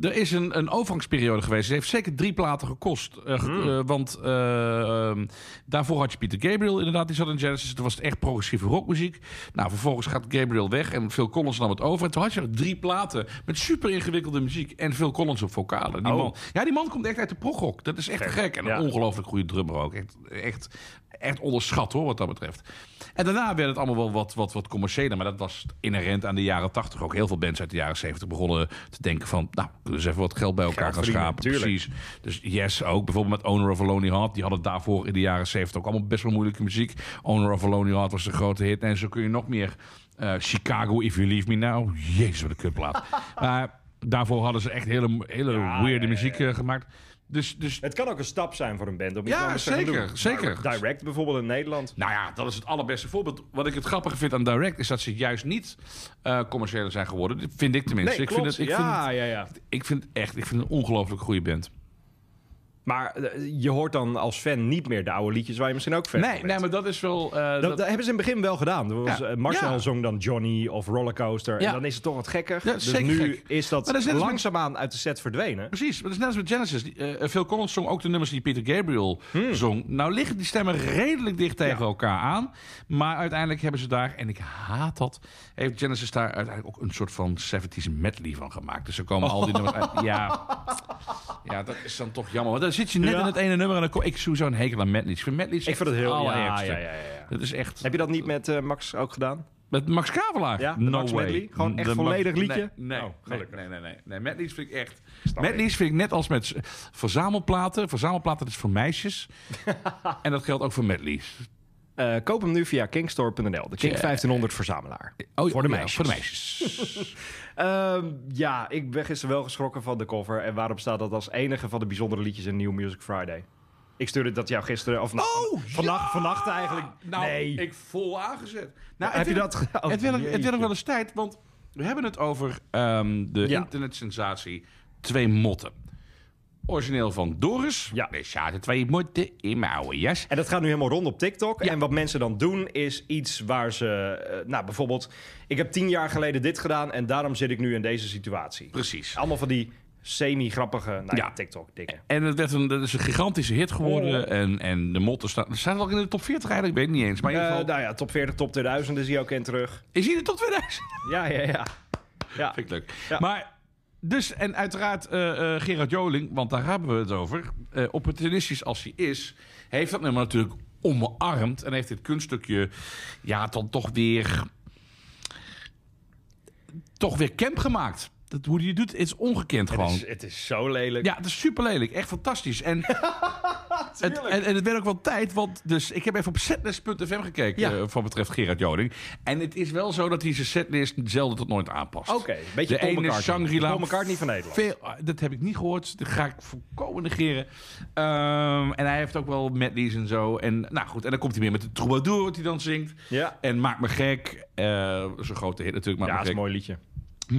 er is een, een overgangsperiode geweest. Het heeft zeker drie platen gekost. Eh, ge-
Hmm.
eh, want eh, ehm, daarvoor had je Peter Gabriel inderdaad. Die zat in Genesis. Toen was het echt progressieve rockmuziek. Nou, vervolgens gaat Gabriel weg en Phil Collins nam het over. En toen had je drie platen met super ingewikkelde muziek. En Phil Collins op vocalen. Die
Oh.
man, ja, die man komt echt uit de progrock. Dat is echt gek. En een
ja.
ongelooflijk goede drummer ook. Echt, echt, echt onderschat hoor, wat dat betreft. En daarna werd het allemaal wel wat, wat, wat commerciëler. Maar dat was inherent aan de jaren 80. Ook heel veel bands uit de jaren 70 begonnen te denken van... nou, kunnen we eens even wat geld bij elkaar
Geld
gaan
verdienen,
schapen.
tuurlijk.
Precies. Dus Yes ook. Bijvoorbeeld met Owner of a Lonely Heart. Die hadden daarvoor in de jaren 70 ook allemaal best wel moeilijke muziek. Owner of a Lonely Heart was de grote hit. En zo kun je nog meer... eh, Chicago, If You Leave Me Now. Jezus, wat een kutplaat. maar daarvoor hadden ze echt hele, hele weirde muziek eh, gemaakt. Dus, dus
Het kan ook een stap zijn voor een band om iets
Ja,
anders te gaan
zeker,
doen.
zeker.
Direct bijvoorbeeld in Nederland.
Nou ja, dat is het allerbeste voorbeeld. Wat ik het grappige vind aan Direct is dat ze juist niet eh commerciëler zijn geworden. Dat vind ik tenminste.
Nee,
ik,
klopt.
Vind het, ik,
ja,
vind
ja, ja.
het, ik vind het echt ik vind het een ongelooflijk goede band.
Maar eh, je hoort dan als fan niet meer de oude liedjes waar je misschien ook fan van
Nee,
bent.
nee, maar dat is wel. eh,
dat,
dat-
dat hebben ze in het begin wel gedaan. Er was,
Ja.
eh, Marcel
Ja.
zong dan Johnny of Rollercoaster.
Ja.
En dan is het toch wat gekker.
Ja,
dus
zeker
nu
gek.
is dat
Maar dat is net als met-
langzaamaan uit de set verdwenen.
Precies, maar dat is net als met Genesis. Die, eh, Phil Collins zong ook de nummers die Peter Gabriel
Hmm.
zong. Nou liggen die stemmen redelijk dicht tegen elkaar aan. Maar uiteindelijk hebben ze daar, en ik haat dat... heeft Genesis daar uiteindelijk ook een soort van 70s medley van gemaakt. Dus er komen al die nummers uit. Ja, ja, dat is dan toch jammer. Want dan zit je net
Ja.
in het ene nummer en dan kom ik sowieso een hekel aan medleys. Ik vind medleys
Ik vind het heel... Ja, ja,
allerergste.
ja, ja, ja.
Dat is echt...
Heb je dat niet met eh, Max ook gedaan?
Met Max Kavelaar?
Ja, de
no
Max
way.
Medley? Gewoon echt
De
volledig
Max-
liedje?
Nee, nee,
Oh,
nee,
gelukkig.
nee, nee, nee. nee. Medleys vind ik echt... Medleys vind ik net als met s- verzamelplaten. Verzamelplaten dat is voor meisjes. en dat geldt ook voor medleys.
Eh, koop hem nu via kingstore.nl. De King 1500 verzamelaar.
Oh,
voor de
ja,
meisjes.
voor de meisjes.
Ehm, ja, ik ben gisteren wel geschrokken van de cover. En waarom staat dat als enige van de bijzondere liedjes in New Music Friday? Ik stuurde dat jou gisteren, of nou,
Oh,
vannacht,
ja!
vannacht eigenlijk.
Nou,
nee.
ik vol aangezet. Nou,
heb
het
je
werd-
dat ge- oh,
het, werd, ook- het werd
jeetje.
ook wel eens tijd, want we hebben het over ehm, de
Ja.
internetsensatie Twee Motten. Origineel van Doris.
Ja.
We zaten twee motten in mijn oude jas.
En dat gaat nu helemaal rond op TikTok. En wat mensen dan doen is iets waar ze... eh, nou, bijvoorbeeld, ik heb tien jaar geleden dit gedaan... en daarom zit ik nu in deze situatie.
Precies.
Allemaal van die semi-grappige nou,
Ja.
TikTok-dingen.
En het werd een, dat is een gigantische hit geworden. En, en de motten staan... Staat het ook in de top 40 eigenlijk? Ik weet het niet eens. Maar in
Eh
ieder geval...
nou ja, top 40, top 2000 is hij ook in terug.
Is hij in de top 2000?
Ja, ja, ja. ja.
Vind ik leuk.
Ja.
Maar dus, en uiteraard eh, eh, Gerard Joling, want daar hebben we het over. eh opportunistisch als hij is, heeft dat nummer natuurlijk omarmd. En heeft dit kunststukje, ja, dan toch weer. toch weer camp gemaakt. Dat, hoe hij het doet, is ongekend
Het
gewoon.
is, het is zo lelijk.
Ja, het is super lelijk. Echt fantastisch. En, het, en, en het werd ook wel tijd, want dus, ik heb even op setlist.fm gekeken
Ja.
eh, wat betreft Gerard Joling. En het is wel zo dat hij zijn setlist zelden tot nooit aanpast.
Oké, een beetje
De
Paul
ene is
McCartney.
Shangri-La.
Paul McCartney van Nederland.
Veel, ah, dat heb ik niet gehoord. Dat ga ik volkomen negeren. Ehm, en hij heeft ook wel medleys en zo. En, nou goed, en dan komt hij weer met de troubadour wat hij dan zingt.
Ja.
En Maak Me Gek. eh Zo'n grote hit natuurlijk, Maak
Ja, dat
Me
is
Gek.
een mooi liedje.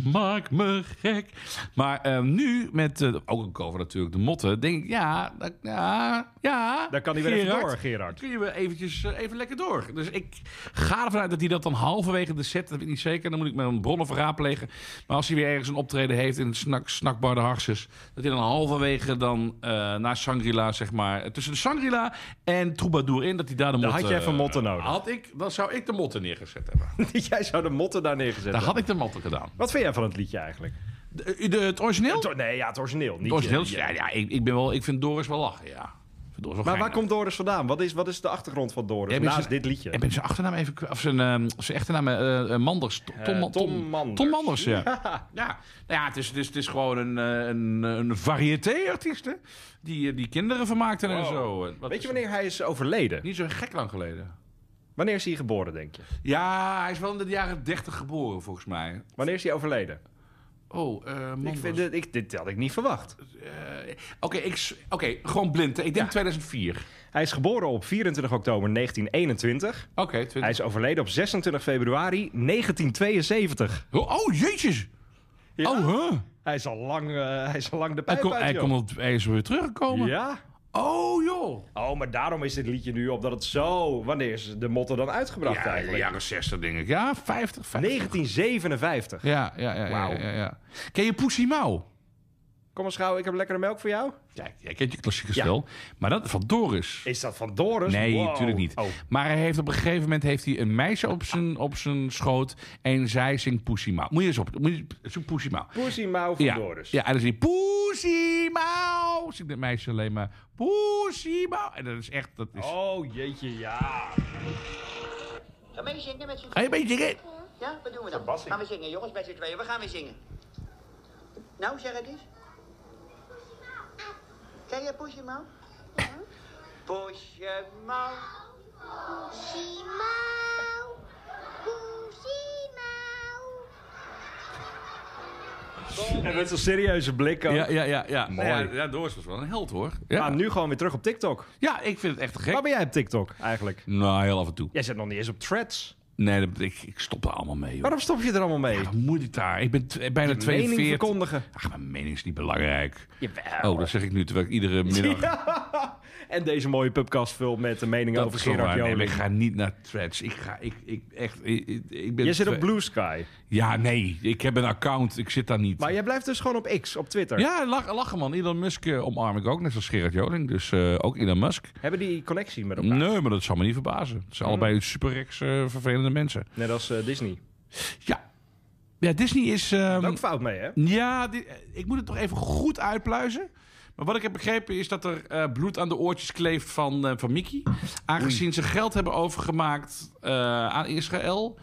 Maak me gek. Maar eh, nu met eh, ook een cover natuurlijk, de motten. Denk ik, ja, dat- ja, ja.
Daar kan hij weer even door, Gerard.
Dan kun je weer eventjes eh, even lekker door. Dus ik ga ervan uit dat hij dat dan halverwege de set, dat weet ik niet zeker. Dan moet ik met een bronnenverhaal plegen. Maar als hij weer ergens een optreden heeft in het snak, snackbar de Harses, dat hij dan halverwege dan eh naar Shangri-La, zeg maar, eh, tussen de Shangri-La en Troubadour in, dat hij daar de
Dan
motten...
had je even motten nodig.
Had ik, dan zou ik de motten neergezet hebben.
Jij zou de motten daar neergezet
Dan
hebben.
had ik de motten gedaan.
Wat vind jij van het liedje eigenlijk?
De- de- het origineel?
To- nee, ja, het origineel. Niet
Doris
je-
heel,
je-
ja, ja ik, ik, ben wel, ik vind Doris wel lachen, ja. Ik vind Doris wel
Maar waar
geinig.
komt Doris vandaan? Wat is, wat is de achtergrond van Doris
Jij bent
naast
zijn-
dit liedje?
Ik ben zijn achternaam even... kwe- Of zijn, ehm, zijn echte naam... eh, eh, Manders.
Eh,
Tom, Tom,
Tom Manders.
Tom Manders, ja. ja. Nou ja, het is, het is, het is gewoon een, eh, een, een variété-artiest, hè. Die, eh, die kinderen vermaakte en
Wow.
zo. En wat
Weet
is-
je wanneer hij is overleden?
Niet zo gek lang geleden.
Wanneer is hij geboren, denk je?
Ja, hij is wel in de jaren 30 geboren, volgens mij.
Wanneer is hij overleden?
Oh, eh Manders.
Ik vind, dit, ik, dit had ik niet verwacht.
Eh, Oké, ik s- oké, gewoon blind. hè. Ik denk 2004.
Hij is geboren op 24 oktober 1921.
Oké, 20...
Hij is overleden op 26 februari 1972.
Oh, oh, jeetjes!
Ja.
Oh, huh?
Hij is al lang, eh, hij is al lang de
Hij,
pijp
kon-
uit,
hij,
joh.
kon op, hij is weer teruggekomen.
Ja.
Oh joh.
Oh, maar daarom is dit liedje nu omdat het zo... Wanneer is de motto dan uitgebracht
Ja, in de
eigenlijk?
jaren 60 denk ik. Ja, 50, 50.
1957.
Ja, ja, ja. ja,
Wauw.
ja, ja. Ken je Poesie Mouw?
Kom eens gauw, ik heb lekkere melk voor jou.
Ja, jij kent je klassieke
Ja.
stel. Maar dat van Doris.
Is dat van Doris?
Nee,
Wow.
natuurlijk niet.
Oh.
Maar hij heeft op een gegeven moment heeft hij een meisje op zijn, op zijn schoot. En zij zingt Poesie Mouw. Moet je eens op. Moet je, zoek Poesie Mouw.
Poesie Mouw van
Ja,
Doris.
ja, en dan zie je Poesie Mouw. Zingt dat meisje alleen maar Poesie Mouw. En dat is echt... Dat is...
Oh, jeetje, ja.
Gaan wij zingen met z'n
Ga je een beetje zingen?
Ja, wat doen we dan?
Verbazing.
Gaan we zingen, jongens, met z'n tweeën. We gaan weer zingen. Nou, zeg het eens. Ken je Poesje Mouw? Poesje Mouw.
Poesimau, Poesimau.
En met zo'n serieuze blik ook.
Ja, ja, ja. ja. Nou
Mooi.
Ja, ja, Doris was wel een held hoor.
Maar
Ja,
nu gewoon weer terug op TikTok.
ja ik vind het echt te gek.
Waar ben jij op TikTok eigenlijk?
Nou, heel af en toe.
Jij zit nog niet eens op threads.
Nee, dat- ik, ik stop er allemaal mee. Joh.
Waarom stop je er allemaal mee?
Wat moet ik daar? Ik ben tw- bijna
Mening
42.
verkondigen.
Ach, mijn mening is niet belangrijk.
Jawel.
Oh, dat zeg ik nu terwijl ik iedere middag...
Ja. En deze mooie pubcast vult met de meningen
Dat
over
is wel
Gerard
waar. Nee, maar
Joling.
ik ga niet naar threads. Ik ga, ik, ik echt, ik, ik- ik ben...
Jij zit op
twe-
Blue Sky.
Ja, nee. Ik heb een account. Ik zit daar niet.
Maar jij blijft dus gewoon op X, op Twitter.
Ja, lach, lachen man. Elon Musk eh, omarm ik ook, net als Gerard Joling. Dus eh, ook Elon Musk.
Hebben die connectie met elkaar?
Nee, maar dat zal me niet verbazen. Het
Mm.
zijn allebei superrex eh, vervelende mensen.
Net als eh,
Mm.
Disney.
Ja. Ja, Disney is... ehm,
Daar ook fout mee, hè?
Ja, di- ik moet het toch even goed uitpluizen. Maar wat ik heb begrepen is dat er eh, bloed aan de oortjes kleeft van, eh, van Mickey. Aangezien ze geld hebben overgemaakt eh, aan Israël.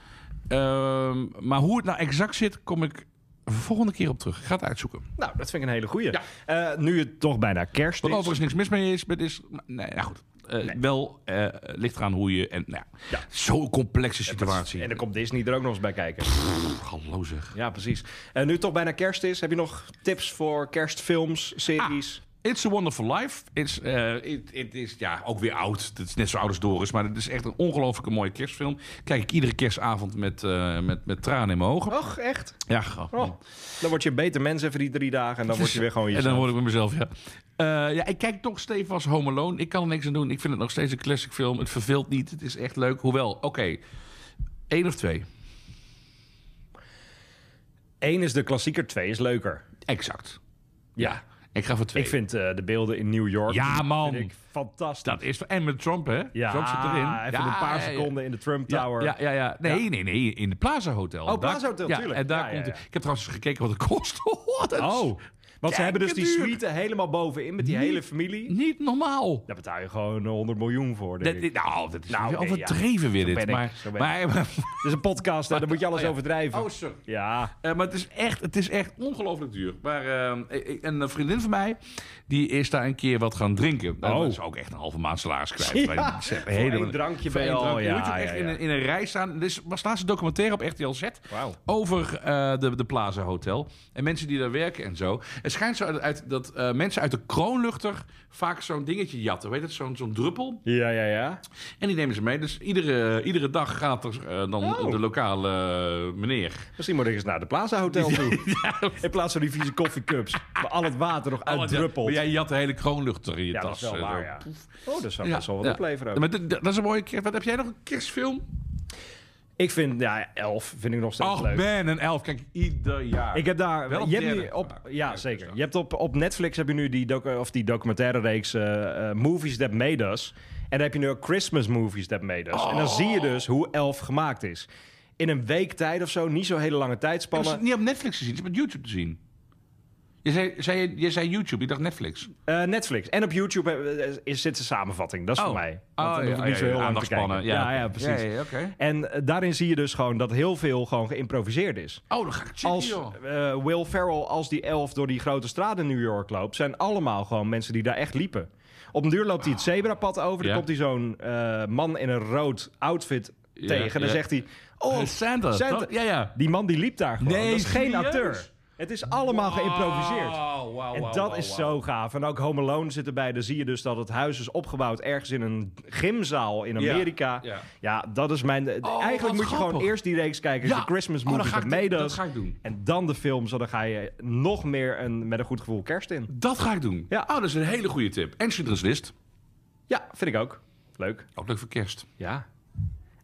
Ehm, maar hoe het nou exact zit, kom ik de volgende keer op terug. Ik ga het uitzoeken.
Nou, dat vind ik een hele goeie. Eh, nu het toch bijna kerst
Wat
is.
overigens niks mis mee is. Met is maar- nee, nou goed. Eh, Wel eh, ligt eraan hoe je... En, nou, ja.
Ja.
Zo'n complexe situatie.
En dan komt Disney er ook nog eens bij kijken. Eh,
Hallo zeg.
Ja, precies. En nu het toch bijna kerst is, heb je nog tips voor kerstfilms, series?
It's a Wonderful Life. It's, eh, it, it is ja, ook weer oud. Het is net zo oud als Doris. Maar het is echt een ongelooflijke mooie kerstfilm. Kijk ik iedere kerstavond met, eh, met, met tranen in mijn ogen.
Och, echt?
Ja, grappig.
Oh, dan word je een beter mens even die drie dagen en dan word je weer gewoon
En
jezelf.
dan word ik met mezelf, ja. Eh, ja, ik kijk toch stevig als Home Alone. Ik kan er niks aan doen. Ik vind het nog steeds een classic film. Het verveelt niet. Het is echt leuk. Hoewel, oké. één of twee.
Eén is de klassieker, twee is leuker.
Exact.
Ja.
Ik ga voor twee.
Ik vind eh, de beelden in New York
Ja, man.
vind ik fantastisch.
Dat is... En met Trump, hè?
ja,
Trump zit erin.
even een paar
ja, ja.
seconden in de Trump
Ja,
Tower. Oh,
Ja, ja, ja. Nee, nee, nee. In de Plaza Hotel. Daar-
Plaza Hotel,
ja,
tuurlijk.
En daar
Ja, ja,
komt...
ja.
Ik heb trouwens eens gekeken wat het kost. Oh, dat is
Oh, want ze hebben dus die
Kijkerduur.
suite helemaal bovenin met die hele familie.
niet normaal.
Daar betaal je gewoon eh, 100 miljoen voor, denk
Dat,
ik.
nou, dat is
Nou, oké,
overdreven weer dit.
ben ik,
Maar,
zo ben
maar,
Het is een podcast, hè, daar moet je alles
Oh, ja.
overdrijven.
Oh, sorry.
Ja,
Eh, maar het is echt, het is echt ongelooflijk duur. Maar eh, ik- een vriendin van mij, die is daar een keer wat gaan drinken. Nou,
Oh.
Dat is ook echt een halve maand salaris kwijt.
Ja,
Maar die zegt,
voor
hele-
één drankje
voor
ben
één
je al,
drankje.
ja,
Je moet ook
ja,
echt In,
ja.
een, in een rij staan. Dus was laatst een documentaire op RTL Z
Wauw.
over eh, de, de Plaza Hotel. En mensen die daar werken en zo. Het schijnt zo uit, uit dat eh, mensen uit de kroonluchter vaak zo'n dingetje jatten. Weet je dat? Zo'n zo'n druppel.
ja, ja. ja.
En die nemen ze mee. Dus iedere, iedere dag gaat er eh, dan
Oh.
de lokale eh, meneer...
Misschien moet ik eens naar de Plaza Hotel toe. In plaats van die vieze koffiecups. Waar al het water nog
Oh,
uitdruppelt.
Maar jij jat de hele kroonluchter in je
Ja, dat
tas.
is wel
eh,
waar,
zo.
ja. Oh, dat zou best wel wat
ja.
opleveren ook.
Maar dit- dat is een mooie kerst. Wat heb jij nog een kerstfilm?
Ik vind, ja, elf vind ik nog steeds
Ach,
leuk.
Ben en Elf. Kijk, ieder jaar.
Ik heb daar.
Wel
je hebt
derde
nu op,
vaak.
ja,
Ja,
zeker.
dus
Je hebt op, op Netflix heb je nu die, docu- of die documentaire reeks eh, eh, Movies That Made Us. En dan heb je nu ook Christmas Movies That Made Us. En dan zie je dus hoe elf gemaakt is. In een week tijd of zo, niet zo'n hele lange
Dat is
tijdspanne.
niet op Netflix te zien, het is op YouTube te zien. Je zei, zei, je zei YouTube, ik dacht Netflix.
Eh, Netflix. En op YouTube eh, eh, is, zit een samenvatting. Dat is voor mij. Want dan
Oh. ja,
hoef ik niet
ja,
zo heel
ja,
lang te
aandachtspannen,
kijken. Ja, ja,
oké.
precies.
Ja, ja, oké.
En eh, daarin zie je dus gewoon dat heel veel gewoon geïmproviseerd is.
Oh, dan ga ik checken,
als
joh.
eh, Will Ferrell, als die elf door die grote straat in New York loopt, zijn allemaal gewoon mensen die daar echt liepen. Op een duur loopt hij het zebrapad over. Dan
Ah. Ja.
komt hij zo'n eh, man in een rood outfit tegen. En dan
ja.
zegt hij: Oh,
Eh, Santa, toch? Ja, ja.
Die man die liep daar gewoon.
Nee,
dat is geen
serieus?
acteur. Het is allemaal geïmproviseerd.
Wauw, wauw,
en
wauw,
dat
wauw,
is
wauw.
zo gaaf. En ook Home Alone zit erbij. Dan zie je dus dat het huis is opgebouwd ergens in een gymzaal in
Ja,
Amerika. Ja,
ja. Oh,
dat is mijn...
wat
eigenlijk moet je gewoon
grappig.
eerst die reeks kijken.
Ja,
De Christmas
oh, dan
movie
ga
met
ik doen.
Medos.
Dat ga ik doen.
En dan de film, zo dan ga je nog meer een, met een goed gevoel kerst in.
Dat ga ik doen.
Ja.
Oh, dat is een hele goede tip. En Schindler's List.
Ja, vind ik ook. Leuk.
Ook leuk voor kerst.
Ja.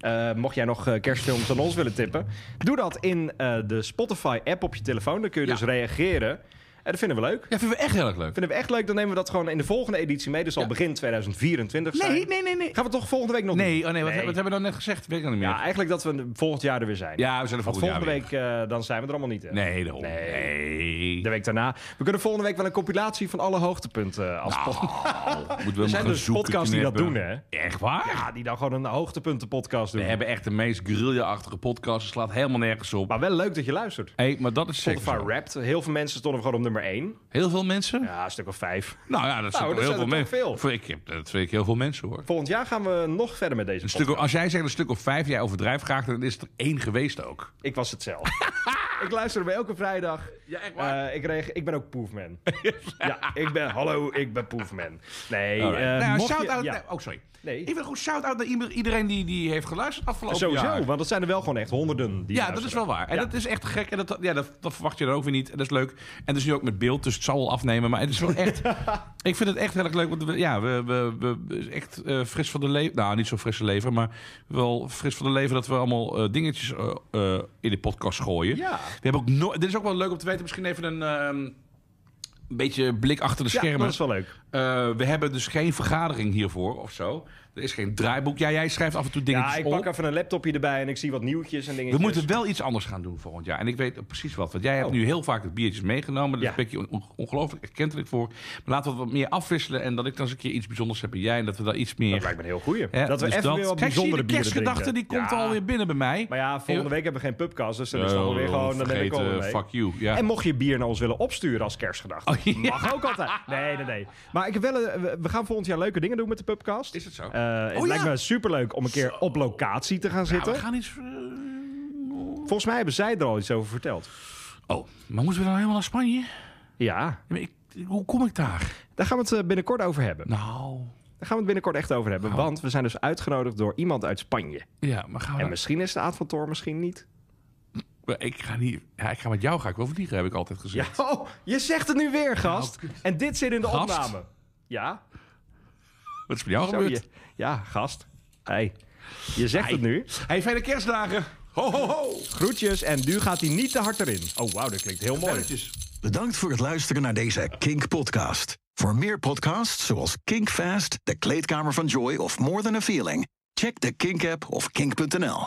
Eh, mocht jij nog eh, kerstfilms aan ons willen tippen, doe dat in eh, de Spotify-app op je telefoon. Dan kun je
Ja.
dus reageren. En dat vinden we leuk.
Ja, vinden we echt heel erg leuk.
Vinden we echt leuk, dan nemen we dat gewoon in de volgende editie mee. Dus al
Ja.
begin 2024 zijn.
Nee, nee, nee, nee.
Gaan we toch volgende week nog
Nee,
doen?
oh nee, wat, wat hebben we nou net gezegd? Weet ik al niet meer.
Ja, eigenlijk dat we volgend jaar er weer zijn.
Ja, we zijn er
Want
volgend jaar
volgende week eh, dan zijn we er allemaal niet. hè?
Nee, daarom.
Nee.
Nee.
De week daarna. We kunnen volgende week wel een compilatie van alle hoogtepunten eh,
Nou,
als pod-
Moeten we
Er
hem
zijn
gaan
dus
zoeken,
podcasts die dat doen,
knippen.
hè?
Echt waar?
Ja, die dan gewoon een hoogtepuntenpodcast doen.
We hebben echt de meest guerrilla-achtige podcast. Het slaat helemaal nergens op.
Maar wel leuk dat je luistert.
Hey, maar dat is zeker
Spotify
zo.
Wrapped. Heel veel mensen stonden gewoon op nummer 1.
Heel veel mensen?
Ja, een stuk of vijf.
Nou ja, dat, is
Nou,
ook
dat
heel
zijn
veel
er toch
mensen.
veel.
Ik heb, dat vind ik heel veel mensen hoor.
Volgend jaar gaan we nog verder met deze
Een stuk, of- als jij zegt een stuk of vijf, jij overdrijft graag, dan is het er één geweest ook.
Ik was het zelf. ik luister bij elke vrijdag.
Ja, echt
Eh, ik, reageer- ik ben ook Poefman. ja, ik ben... Hallo, ik ben Poefman. Nee,
Alright.
eh,
nou,
mocht je-
shout-out...
ja,
nee, oh, sorry.
Nee.
Ik wil gewoon shout-out naar ieder- iedereen die, die heeft geluisterd afgelopen
Sowieso,
jaar.
want dat zijn er wel gewoon echt honderden die
Ja, dat is
luisteren.
wel waar. En
Ja.
dat is echt gek. En dat, ja, dat, dat verwacht je dan ook weer niet. En dat is leuk. En dus nu ook met beeld, dus het zal wel afnemen. Maar het is wel echt... ik vind het echt heel erg leuk. Want we, ja, we, we, we- we echt eh, fris van de lever. Nou, niet zo frisse lever, maar wel fris van de lever... dat we allemaal eh, dingetjes eh, eh, in de podcast gooien.
Ja.
We hebben ook no Dit is ook wel leuk om te weten. Misschien even een... ehm, een beetje blik achter de
Ja,
schermen.
dat is wel leuk.
Eh, we hebben dus geen vergadering hiervoor of zo. Er is geen draaiboek. Ja, jij schrijft af en toe dingetjes
Ja, ik
op.
pak even een laptopje erbij en ik zie wat nieuwtjes en
We
dingetjes.
moeten wel iets anders gaan doen volgend jaar. En ik weet precies wat. Want jij hebt
Oh.
nu heel vaak het biertjes meegenomen. Daar
Ja.
ben ik je on- ongelooflijk erkentelijk voor. Maar laten we het wat meer afwisselen. En dat ik dan eens een keer iets bijzonders heb en jij. En dat we daar iets meer...
Dat lijkt me een heel goeie.
Hè,
dat we
dus
even weer wat
Kijk, zie je,
bijzondere
de
bieren
kerstgedachte
drinken.
die komt
Ja.
alweer binnen bij mij. Nou,
Maar ja, volgende week hebben we geen pubcast, dus dan is het
Oh,
alweer gewoon... Dan ben ik
vergeet,
alweer
eh,
mee.
fuck you, ja.
En mocht je bier naar ons willen opsturen als kerstgedachte,
Oh, ja.
mag ook altijd. Nee, nee, nee. Maar ik heb wel, een- we- we gaan volgend jaar leuke dingen doen met de pubcast.
Is het zo? Oh,
Eh, het
ja.
lijkt me superleuk om een keer op locatie te gaan
Ja,
zitten.
we gaan iets... eh,
Volgens mij hebben zij er al iets over verteld.
Oh, maar moeten we dan helemaal naar Spanje?
Ja,
Ik Hoe kom ik daar?
Daar gaan we het eh, binnenkort over hebben.
Nou,
Daar gaan we het binnenkort echt over
Oh.
hebben. Want we zijn dus uitgenodigd door iemand uit Spanje.
ja, maar gaan we...
En
daar-
misschien is de Aad van Toor, misschien niet.
Maar Ik ga niet... Ja, ik ga met jou ga ik wel vliegen, heb ik altijd
Ja,
gezegd.
oh, je zegt het nu weer, gast.
Nou,
en dit zit in de
Gast?
opname. Ja,
Wat is met jou
zo
gebeurd?
je. Ja, gast. Hey. Je zegt het nu.
Hey, fijne kerstdagen. Ho, ho, ho.
Groetjes en nu gaat hij niet te hard erin. Oh, wauw, dat klinkt heel mooi.
Belletjes.
Bedankt voor het luisteren naar deze Kink podcast. Voor meer podcasts zoals Kink Fast, De Kleedkamer van Joy of More Than a Feeling, check de Kink app of kink.nl.